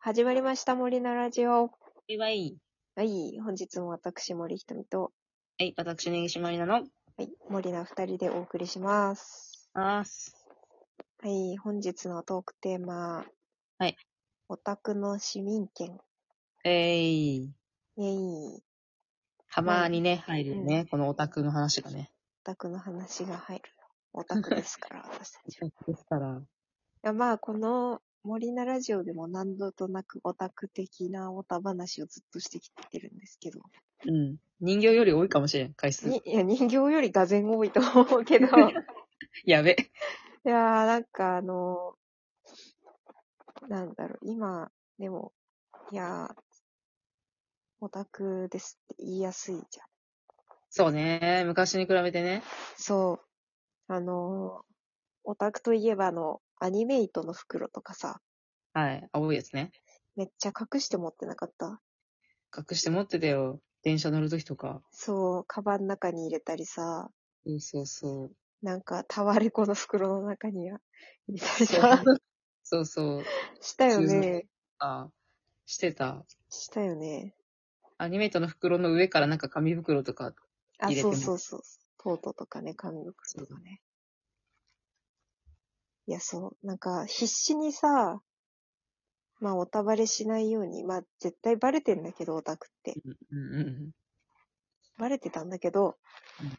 始まりました、森のラジオ。わい。はい、本日も私、森ひとみと、はい、私、根岸まりなの。はい、森の二人でお送りします。あーす。はい、本日のトークテーマ。はい。オタクの市民権。えい。イェイ、オたまにね、入るよね、このオタクの話がね。タクの話が入る。オタクです から、私たち。いですから。や、まあ、この森のラジオでも何度となくオタク的なオタ話をずっとしてきてるんですけど。うん。人形より多いかもしれん、回数。にいや、人形よりがぜ多いと思うけど。やべ。いやー、なんかあのーなんだろう、今、でも、いやー、オタクですって言いやすいじゃん。そうね、昔に比べてね。そう。あのーオタクといえばあの、アニメイトの袋とかさ、はい、青いやつね。めっちゃ隠して持ってなかった。隠して持ってたよ。電車乗るときとか。そう、カバンの中に入れたりさ、そうそうそう。なんかタワレコの袋の中には入れたりさ、そうそう。 したよそうね。あしてた。したよね。アニメートの袋の上からなんか紙袋とか。あ、入れてそもうそうそう。トートとかね、紙袋とかね。いや、そう。なんか、必死にさ、まあ、おたばれしないように、まあ、絶対バレてんだけど、オタクって。うんうん。バレてたんだけどうん、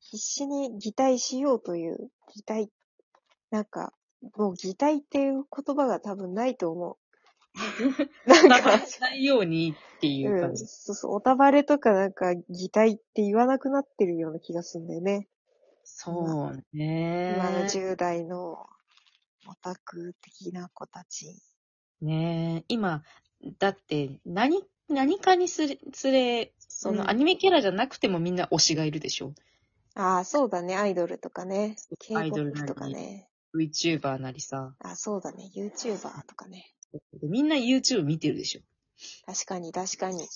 必死に擬態しようという、擬態。なんか、もう擬態っていう言葉が多分ないと思う。なんたかま、し ないようにっていうう感ん、じ。そうそう、おたばれとかなんか、擬態って言わなくなってるような気がするんだよね。そうね。今の10代のオタク的な子たち。ねえ、今、だって、何、何かにすれ、すれ、そうんのアニメキャラじゃなくてもみんな推しがいるでしょ。ああ、そうだね。アイドルとかね。アイドル K-POP とかね。 VTuber なりさ。あそうだね。YouTuber とかね。みんな YouTube 見てるでしょ。確かに、確かに。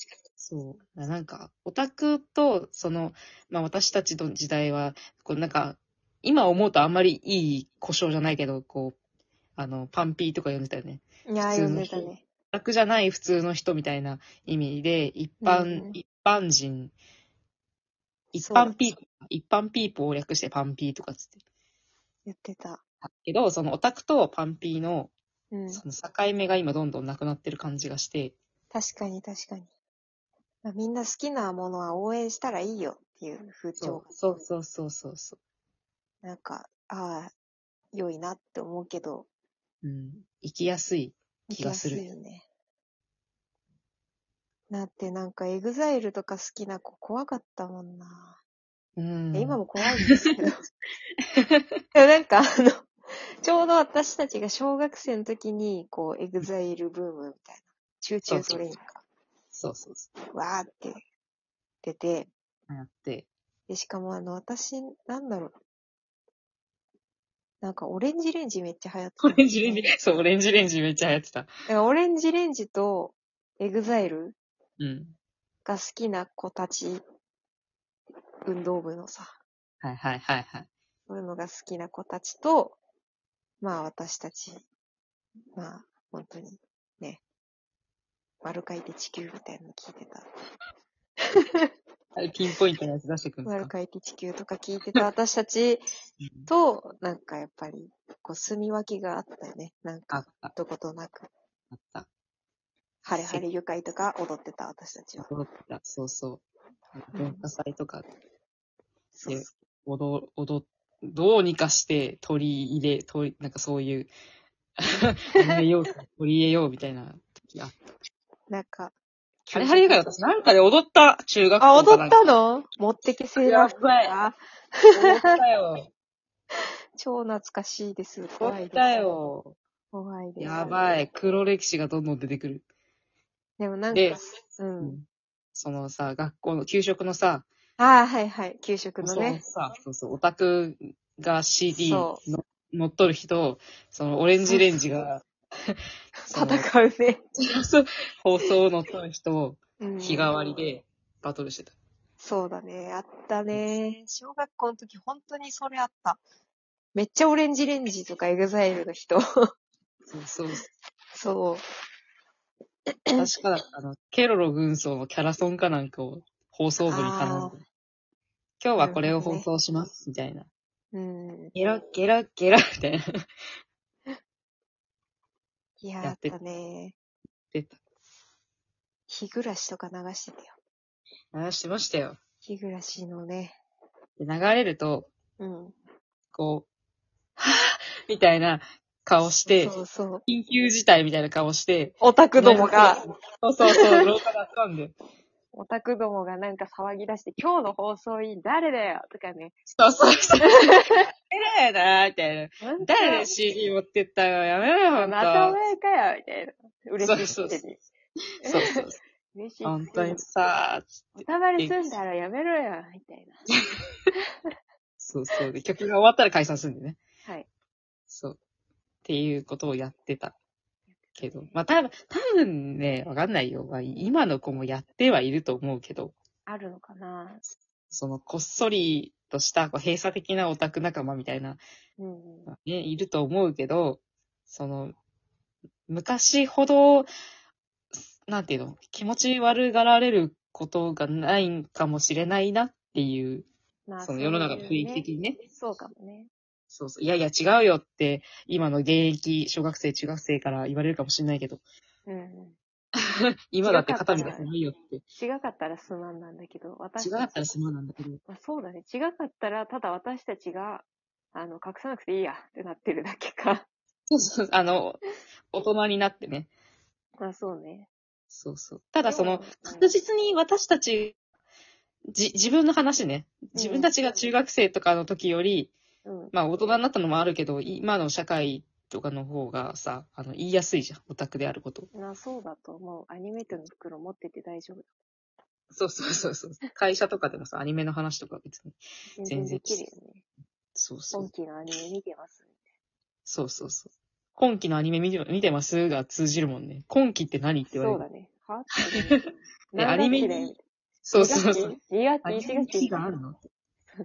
そう。なんか、オタクと、その、まあ私たちの時代は、こうなんか、今思うとあんまりいい故障じゃないけど、こう、あの、パンピーとか呼んでたよね。いやー、読普通んので人たね。オタクじゃない普通の人みたいな意味で、一般、うん一般人、一そうだ般ピーポー、一般ピーポーを略してパンピーとかつって言ってた。たけど、そのオタクとパンピーの、うん。その境目が今どんどんなくなってる感じがして、確かに、確かに。まあ、みんな好きなものは応援したらいいよっていう風潮そがう、そうそうそうそうそなんか、ああ、良いなって思うけど、う。うん。生きやすい。気がする行きやいよね。だってなんか、エグザイルとか好きな子怖かったもんな。うん。今も怖いんです けど。いやなんかあの、ちょうど私たちが小学生の時に、こう、エグザイルブームみたいな、チューチュートレインか、そうそうそう。わーって出て、やって。で、しかもあの、私、なんだろう。なんか、オレンジレンジめっちゃ流行ってたオんでレンすジよレンジ、 そう、オレンジレンジめっちゃ流行ってた。だからオレンジレンジと、エグザイルうん。が好きな子たち、運動部のさ、はいはいはいはい。そういうのが好きな子たちと、まあ私たち、まあ本当にね、丸書いて地球みたいなの聞いてた。あれピンポイントのやつ出してくんです丸か書いて地球とか聞い てた私たちうんと、なんかやっぱり、こう住み分けがあったよね。なんあか、った、どことなく、あった。ハレハレ愉快とか踊ってた私たちは。踊った、そうそう。うん文化祭とかそうそう踊、踊、どうにかして取り入れ、取り、なんかそう いう、取り入れよう、取り入れようみたいな時あっなんか、た。あれ、ハリーが私なんかで踊った、中学あ、校か踊なっんか。たの持ってけセーラー服と か。踊ったよ。超懐かしいです。怖踊いっです。た。よ。怖いです。やばい。黒歴史がどんどん出てくる。でもなんかで、うん。そのさ、学校の給食のさ、ああ、はいはい。給食のそのね。さ、そうそう、オタクが CD その乗っとる人、そのオレンジレン ジが、その戦うね。そう放送を乗っ取る人をうん日替わり。でバトルしてた。そうだね。あったね。小学校の時、本当にそれあった。めっちゃオレンジレンジとかエグザイルの人。そうそう。そう。確か、あの、ケロロ軍曹のキャラソンかなんかを放送部に頼んあーで、今日はこれなをるほど放ね送します、みたいな。うん。ゲラ、ゲラ、ゲラ、みたいな。いや、やあっってたね。出た。日暮らしとか流してたよ。流してましたよ。日暮らしのね。で流れると、うん。こう、はぁみたいな顔して、そうそう。緊急事態みたいな顔して、オタクどもが、そうそうそう、廊下だったんで。オタクどもがなんか騒ぎ出して、今日の放送委員誰だよとかね。そうそうそう。えらいなみたいな。本当誰で CD 持ってったのやめろよ、ほんとまたお前かよみたいな。嬉しいくせに。そうそうそう。嬉しいくせに。本当にさ、おたまりすんだらやめろよみたいな。そうそう。で、曲が終わったら解散するんでね。はい。そう。っていうことをやってた。けど。まあ、多分、多分ね、わかんないよ。まあ、今の子もやってはいると思うけど、あるのかなその、こっそりとした、こう、閉鎖的なオタク仲間みたいな、うん。ね、いると思うけど、その、昔ほど、なんていうの、気持ち悪がられることがないんかもしれないなっていう、まあ、その世の中の雰囲気的に。にね。そうかもね。そうそう。いやいや、違うよって、今の現役、小学生、中学生から言われるかもしれないけど、うん。今だって肩身が狭いよって。違かったらすまんなんだけど、違私かたっちたらすまんなんだけど。まあ、そうだね。違かったら、ただ私たちが、あの、隠さなくていいやってなってるだけか。 そうそう、あの、大人になってね。まあそうね。そうそう。ただそので、も確実に私たち、じ、自分の話ね。自分たちが中学生とかの時より、うん。まあ大人になったのもあるけど、今の社会とかの方がさ、あの、言いやすいじゃん。オタクであること。まあそうだと思う。アニメートの袋持ってて大丈夫。そうそうそうそう。会社とかでもさ、アニメの話とか別に。全然然できるよね。そうそう本。気のアニメ見てます。そうそうそう。今期のアニメ見て見てますが通じるもんね。今期って何って言われそる。うだね。は ってでアニメに何そう月そうそう。。 2月、アニメ1に期月。があるのそん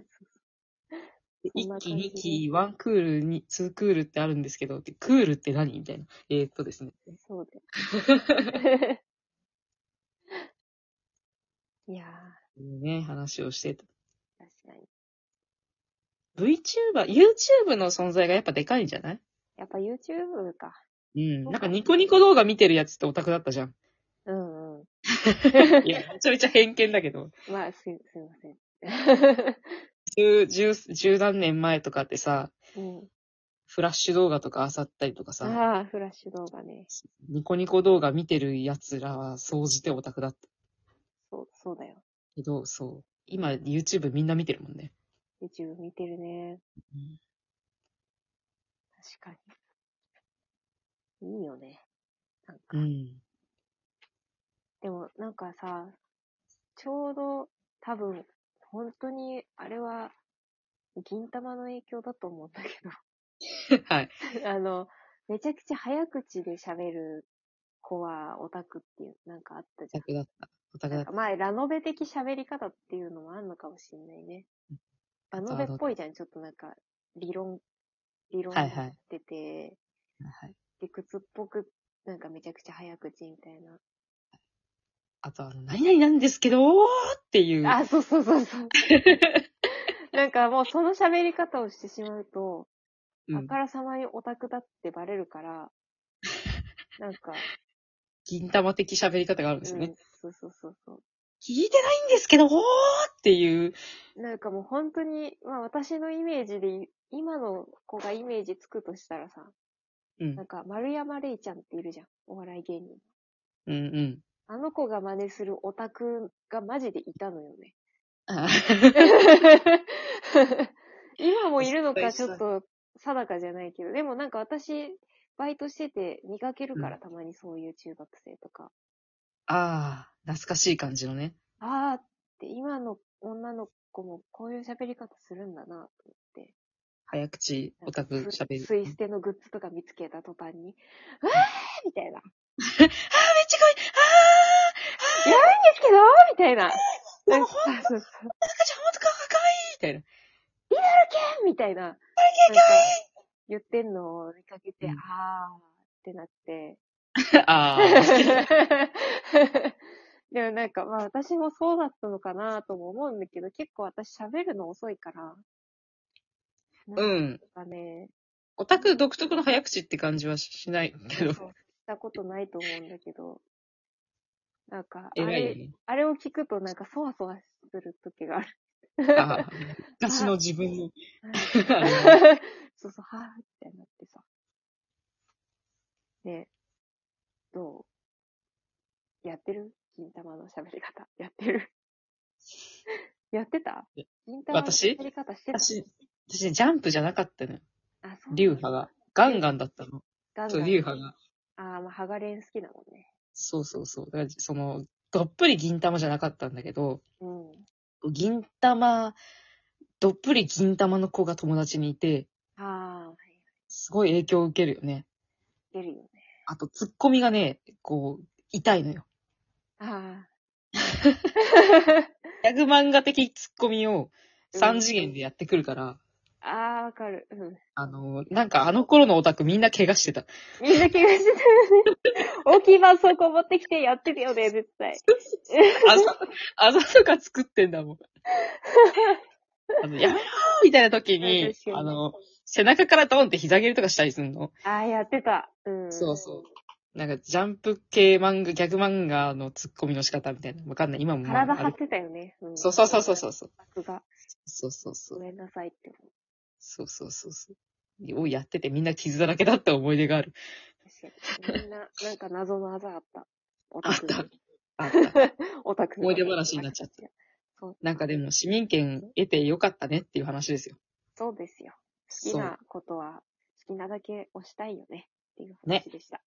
1な感期、じで2期、1クール、に2クールってあるんですけど、クールって何みたいな。えー、っとですね。そうだよ。いやね、話をしてた。ー、確かに。 VTuber、YouTube の存在がやっぱでかいんじゃないやっぱ YouTube か。うん。なんかニコニコ動画見てるやつってオタクだったじゃん。うんうん。いや、めちゃめちゃ偏見だけど。まあ、す、すいませ ん。十、十、十何年前とかってさ、うん、フラッシュ動画とか漁ったりとかさ、ああ、フラッシュ動画ね。ニコニコ動画見てる奴らは、総じてオタクだったそう、そうだよ。けど、そう。今、YouTube みんな見てるもんね。 YouTube 見てるね。確かに。いいよね。なんか。うん。でも、なんかさ、ちょうど、多分、本当に、あれは、銀玉の影響だと思うんだけ はい。ど、 あの、めちゃくちゃ早口で喋る子はオタクっていう、なんかあったじオタクだった。オタクゃだん。った。前、ラノベ的喋り方っていうのもあんのかもしんないね。ラノベっぽいじゃん、ちょっとなんか、理論、理論はいはいってて、はい。理屈っぽく、なんかめちゃくちゃ早口みたいな。あと、あの、何々なんですけどーっていう。あ、そうそうそう そう。なんかもうその喋り方をしてしまうと、うんあからさまにオタクだってバレる から、なんか、銀玉的喋り方があるんですね。うん、そうそうそうそ聞いてないんですけどーっていう。う。なんかもう本当に、まあ私のイメージでい、今の子がイメージつくとしたらさ、うんなん。か丸山礼ちゃんっているじゃん、お笑い芸人。うんうん。あの子が真似するオタクがマジでいたのよね。 あ 今もいるのかち失敗したょっと定かじゃないけど、でもなんか私、バイトしてて見かけるから、うたまにそういう中学生とか、あー、懐かしい感じのね。あーって今の女の子もこういう喋り方するんだなと思って。早口、オタクなんか喋る。スイステのグッズとか見つけた途端に、うわーみたいな。めっちゃ可愛いですけどーみたいな。でなんもかそうそうそう赤ちゃんほんと可愛いみたいみたいな。なんか言ってんのを見かけて、うんあーってなって、 ああ、 でもなんか、まあ私もそうだったのかなとも思うんだけど、結構私喋るの遅いから。うなんん。かね、オタク独特の早口って感じはしないけど、そうしたことないと思うんだけど。なんか、あ偉いよれ、ね。あれを聞くとなんかそわそわする時がある。ああ、昔の自分の。そうそう、はぁ、みたいになってさ。ねえどうやってる金玉の喋り方。やってる やってた金玉の私喋り方してた 私、私ね、ジャンプじゃなかったのよ。あ、そう。流派が。ガンガンだったの。ガンそう、ガン流派が。ああ、まあ、ハガレン好きだもんね。そうそうそう。だからその、どっぷり銀玉じゃなかったんだけど、うん。銀玉、どっぷり銀玉の子が友達にいて、ああ、はい。すごい影響を受けるよね。出るよね。あと、ツッコミがね、こう、痛いのよ。あギャグ漫画的ツッコミをうん3次元でやってくるから、あ。 ああ、わかる。うん。あの、なんかあの頃のオタクみんな怪我してた。みんな怪我 してたよね。大きい絆創膏持ってきてやってるよね、絶対。あざ、あざとか作ってんだもん。あのやめろーみたいな時うんに 確か、にあの、背中からドンって膝蹴りとかしたりするの。ああ、やってた。うん。そうそう。なんか、ジャンプ系漫画、ギャグ漫画のツッコミの仕方みたいな。わかんない。今もまあ体あ張っるてたよね。うん、そうそうそうそうそう。そうバックが、そうそうそごう。めんなさいって思う。そうそうそうそう。をやっててみんな傷だらけだった思い出がある。確かに。みんな、なんか謎のあざあった。オあタっク。た。あった。オタク。思い出話になっちゃった。そう。なんかでも市民権得てよかったねっていう話ですよ。そうですよ。好きそう。なことは、好きなだけ押したいよね。っていう話でした。